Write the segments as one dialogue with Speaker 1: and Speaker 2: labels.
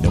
Speaker 1: No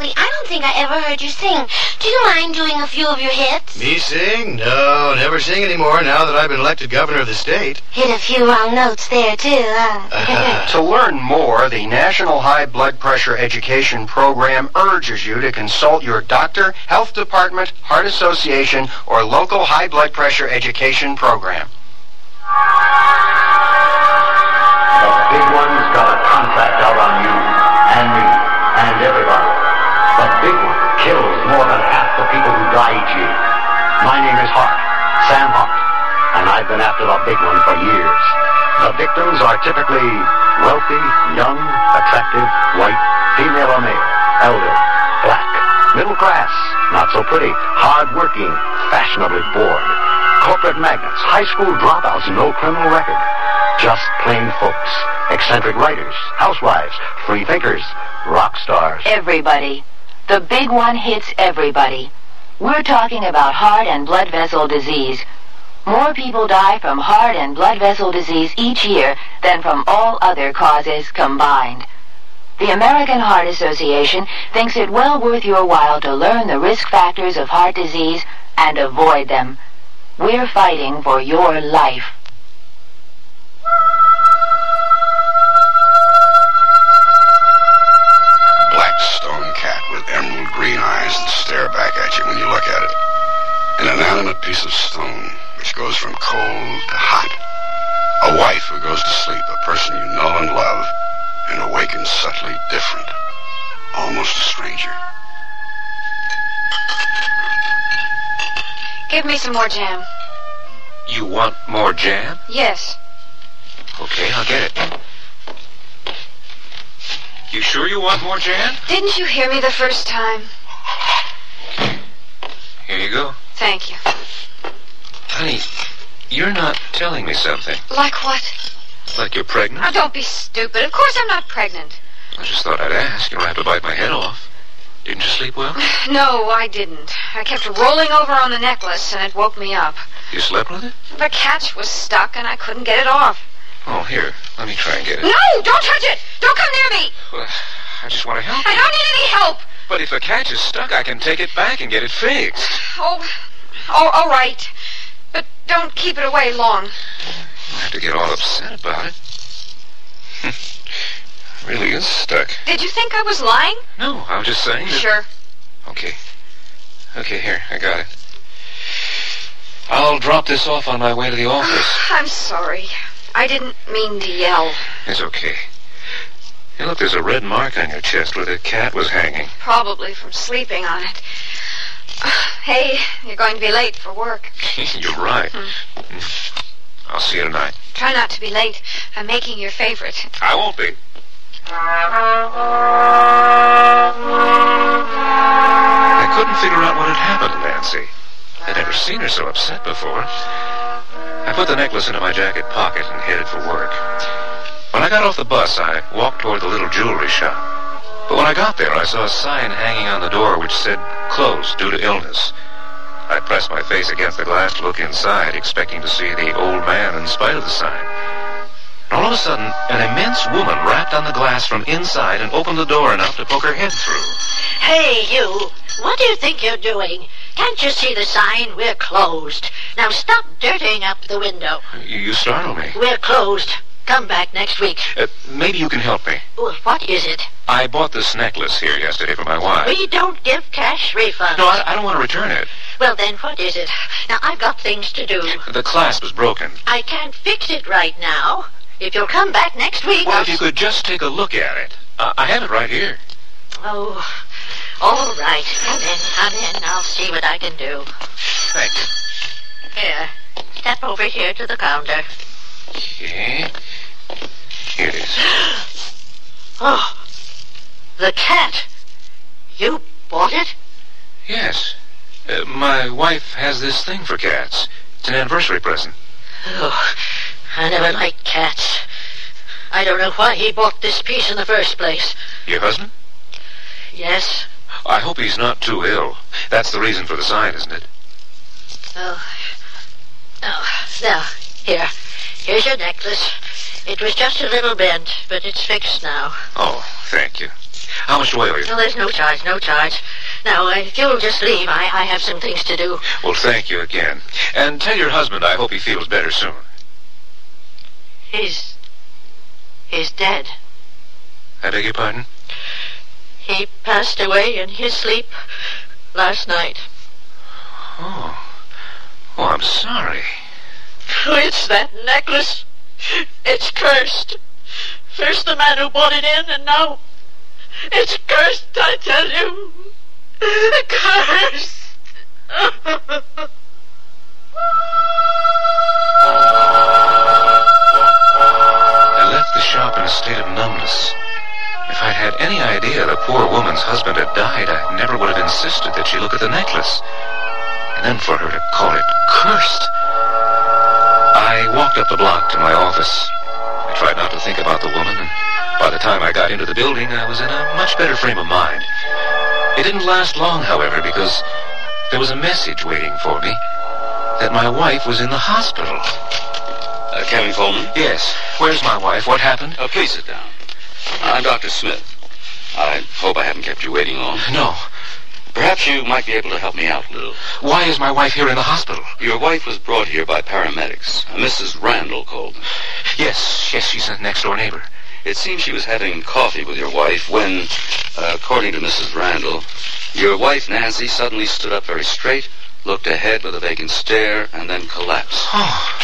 Speaker 2: Wait, I don't think I ever heard you sing. Do you mind doing a few of your hits?
Speaker 3: Me sing? No, never sing anymore now that I've been elected governor of the state.
Speaker 2: Hit a few wrong notes there, too, huh?
Speaker 4: to learn more, the National High Blood Pressure Education Program urges you to consult your doctor, health department, heart association, or local high blood pressure education program.
Speaker 5: The big one's got a contract out on you and me and everybody. The big one kills more than half the people who die each year. My name is Hart, Sam Hart, and I've been after the big one for years. The victims are typically wealthy, young, attractive, white, female or male, elder, black, middle class, not so pretty, hard-working, fashionably bored, corporate magnates, high school dropouts, no criminal record, just plain folks, eccentric writers, housewives, free thinkers, rock stars.
Speaker 6: Everybody. The big one hits everybody. We're talking about heart and blood vessel disease. More people die from heart and blood vessel disease each year than from all other causes combined. The American Heart Association thinks it well worth your while to learn the risk factors of heart disease and avoid them. We're fighting for your life.
Speaker 7: black stone cat with emerald green eyes that stare back at you when you look at it. An inanimate piece of stone which goes from cold to hot. A wife who goes to sleep, a person you know and love, and awakens subtly different, almost a stranger.
Speaker 8: Give me some more jam.
Speaker 4: You want more jam?
Speaker 8: Yes.
Speaker 4: Okay, I'll get it. You sure you want more jam?
Speaker 8: Didn't you hear me the first time?
Speaker 4: Here you go.
Speaker 8: Thank you.
Speaker 4: Honey, you're not telling me something.
Speaker 8: Like what?
Speaker 4: Like you're pregnant?
Speaker 8: Oh, don't be stupid. Of course I'm not pregnant.
Speaker 4: I just thought I'd ask. You don't have to bite my head off. Didn't you sleep well?
Speaker 8: No, I didn't. I kept rolling over on the necklace and it woke me up.
Speaker 4: You slept with it?
Speaker 8: The catch was stuck and I couldn't get it off.
Speaker 4: Oh, here. Let me try and get it.
Speaker 8: No, don't touch it! Don't come near me!
Speaker 4: Well, I just want to help.
Speaker 8: I don't need any help!
Speaker 4: But if the catch is stuck, I can take it back and get it fixed.
Speaker 8: Oh, oh, all right. But don't keep it away long.
Speaker 4: I have to get all upset about it. really is stuck.
Speaker 8: Did you think I was lying?
Speaker 4: No, I was just saying. that-
Speaker 8: Sure.
Speaker 4: Okay. Okay, here. I got it. I'll drop this off on my way to the office.
Speaker 8: I'm sorry. I didn't mean to yell.
Speaker 4: It's okay. Hey, look, there's a red mark on your chest where the cat was hanging.
Speaker 8: Probably from sleeping on it. Hey, you're going to be late for work.
Speaker 4: You're right. Mm. I'll see you tonight.
Speaker 8: Hmm. Try not to be late. I'm making your favorite.
Speaker 4: I won't be. I couldn't figure out what had happened to Nancy. I'd never seen her so upset before. I put the necklace into my jacket pocket and headed for work. When I got off the bus, I walked toward the little jewelry shop. But when I got there, I saw a sign hanging on the door which said, closed due to illness. I pressed my face against the glass to look inside, expecting to see the old man in spite of the sign. And all of a sudden, an immense woman rapped on the glass from inside and opened the door enough to poke her head through.
Speaker 9: Hey, you! What do you think you're doing? Can't you see the sign? We're closed. Now stop dirtying up the window.
Speaker 4: You, you startle me.
Speaker 9: We're closed. Come back next week.
Speaker 5: Uh, maybe you can help me.
Speaker 9: Well, what is it?
Speaker 5: I bought this necklace here yesterday for my wife.
Speaker 9: We don't give cash refunds.
Speaker 5: No, I, I don't want to return it.
Speaker 9: Well, then what is it? Now, I've got things to do.
Speaker 5: The clasp is broken.
Speaker 9: I can't fix it right now. If you'll come back next week,
Speaker 5: Well,
Speaker 9: I'll...
Speaker 5: if you could just take a look at it. Uh, I have it right here.
Speaker 9: Oh, all right. Come in, come in. I'll see what I can do.
Speaker 5: Thanks.
Speaker 9: Here, step over here to the counter.
Speaker 5: Okay. Here it is.
Speaker 9: Oh, the cat. You bought it?
Speaker 5: Yes. Uh, my wife has this thing for cats. It's an anniversary present.
Speaker 9: Oh, I never liked cats. I don't know why he bought this piece in the first place.
Speaker 5: Your husband?
Speaker 9: Yes.
Speaker 5: I hope he's not too ill. That's the reason for the sign, isn't it?
Speaker 9: Oh. Oh, now, here. Here's your necklace. It was just a little bent, but it's fixed now.
Speaker 5: Oh, thank you. How much do I owe you?
Speaker 9: Well, there's no charge, no charge. Now, uh, if you'll just leave, I, I have some things to do.
Speaker 5: Well, thank you again. And tell your husband I hope he feels better soon.
Speaker 9: He's. He's dead.
Speaker 5: I beg your pardon?
Speaker 9: He passed away in his sleep last night.
Speaker 5: Oh. Oh, I'm sorry.
Speaker 9: It's that necklace. It's cursed. First the man who bought it in, and now it's cursed, I tell you. Cursed.
Speaker 5: I left the shop in a state of numbness. If I'd had any idea the poor woman's husband had died, I never would have insisted that she look at the necklace. And then for her to call it cursed. I walked up the block to my office. I tried not to think about the woman, and by the time I got into the building, I was in a much better frame of mind. It didn't last long, however, because there was a message waiting for me that my wife was in the hospital.
Speaker 10: Uh, Kevin Coleman?
Speaker 5: Yes. Where's my wife? What happened?
Speaker 10: Uh, please sit down. I'm Dr. Smith. I hope I haven't kept you waiting long.
Speaker 5: No.
Speaker 10: Perhaps you might be able to help me out a little.
Speaker 5: Why is my wife here in the hospital?
Speaker 10: Your wife was brought here by paramedics. Uh, Mrs. Randall Coleman.
Speaker 5: Yes, yes, she's a next door neighbor.
Speaker 10: It seems she was having coffee with your wife when, uh, according to Mrs. Randall, your wife, Nancy, suddenly stood up very straight, looked ahead with a vacant stare, and then collapsed.
Speaker 5: Oh.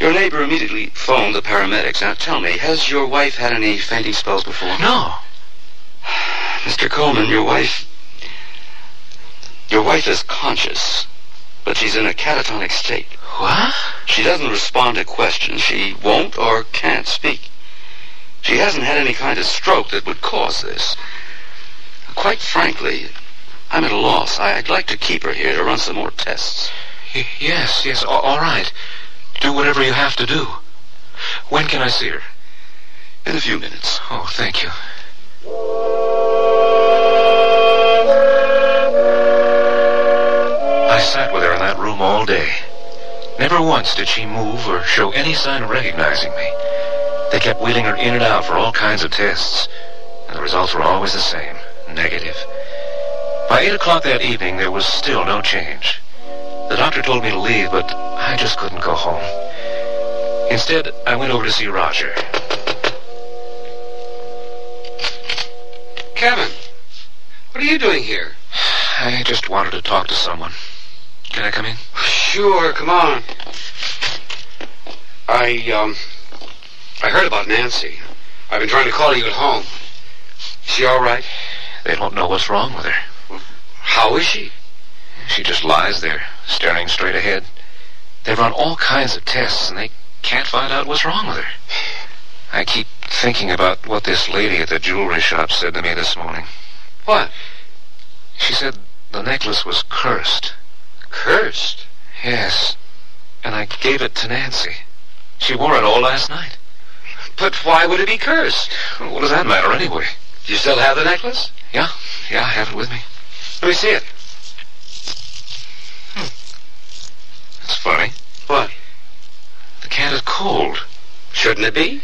Speaker 10: Your neighbor immediately phoned the paramedics. Now tell me, has your wife had any fainting spells before?
Speaker 5: No.
Speaker 10: Mr. Coleman, your wife. Your wife is conscious, but she's in a catatonic state.
Speaker 5: What?
Speaker 10: She doesn't respond to questions. She won't or can't speak. She hasn't had any kind of stroke that would cause this. Quite frankly, I'm at a loss. I- I'd like to keep her here to run some more tests.
Speaker 5: Y- yes, yes, a- all right. Do whatever you have to do. When can I see her?
Speaker 10: In a few minutes.
Speaker 5: Oh, thank you. I sat with her in that room all day. Never once did she move or show any sign of recognizing me. They kept wheeling her in and out for all kinds of tests, and the results were always the same negative. By 8 o'clock that evening, there was still no change. The doctor told me to leave, but I just couldn't go home. Instead, I went over to see Roger.
Speaker 11: Kevin, what are you doing here?
Speaker 5: I just wanted to talk to someone. Can I come in?
Speaker 11: Sure, come on. I, um, I heard about Nancy. I've been trying to call you at home. Is she all right?
Speaker 5: They don't know what's wrong with her.
Speaker 11: How is she?
Speaker 5: She just lies there, staring straight ahead. They've run all kinds of tests, and they can't find out what's wrong with her. I keep thinking about what this lady at the jewelry shop said to me this morning.
Speaker 11: What?
Speaker 5: She said the necklace was cursed.
Speaker 11: Cursed?
Speaker 5: Yes. And I gave it to Nancy. She wore it all last night.
Speaker 11: But why would it be cursed?
Speaker 5: What does that matter anyway?
Speaker 11: Do you still have the necklace?
Speaker 5: Yeah, yeah, I have it with me.
Speaker 11: Let me see it.
Speaker 5: It's Hmm. funny.
Speaker 11: What?
Speaker 5: The cat is cold.
Speaker 11: Shouldn't it be?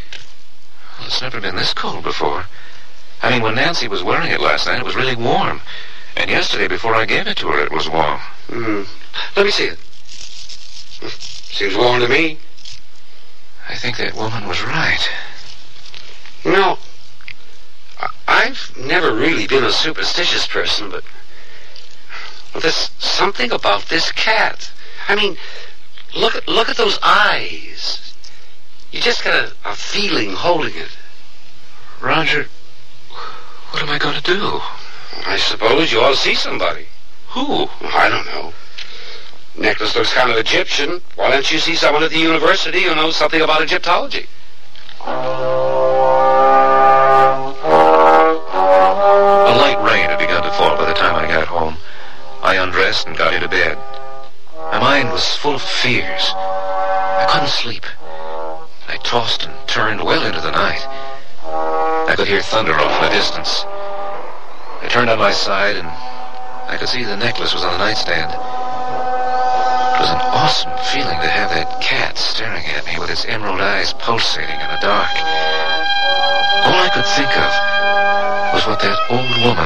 Speaker 5: Well, it's never been this cold before. I mean, when Nancy was wearing it last night, it was really warm. And yesterday, before I gave it to her, it was warm.
Speaker 11: Hmm. Let me see it. Seems warm to me.
Speaker 5: I think that woman was right.
Speaker 11: You know, I- I've never really been a superstitious person, but well, there's something about this cat. I mean, look at look at those eyes. You just got a, a feeling holding it.
Speaker 5: Roger, what am I going to do?
Speaker 11: I suppose you ought to see somebody.
Speaker 5: Who?
Speaker 11: I don't know. Necklace looks kind of Egyptian. Why don't you see someone at the university who knows something about Egyptology?
Speaker 5: A light rain had begun to fall by the time I got home. I undressed and got into bed. My mind was full of fears. I couldn't sleep. I tossed and turned well into the night. I could hear thunder off in the distance. I turned on my side and I could see the necklace was on the nightstand. It was an awesome feeling to have that cat staring at me with its emerald eyes pulsating in the dark. All I could think of was what that old woman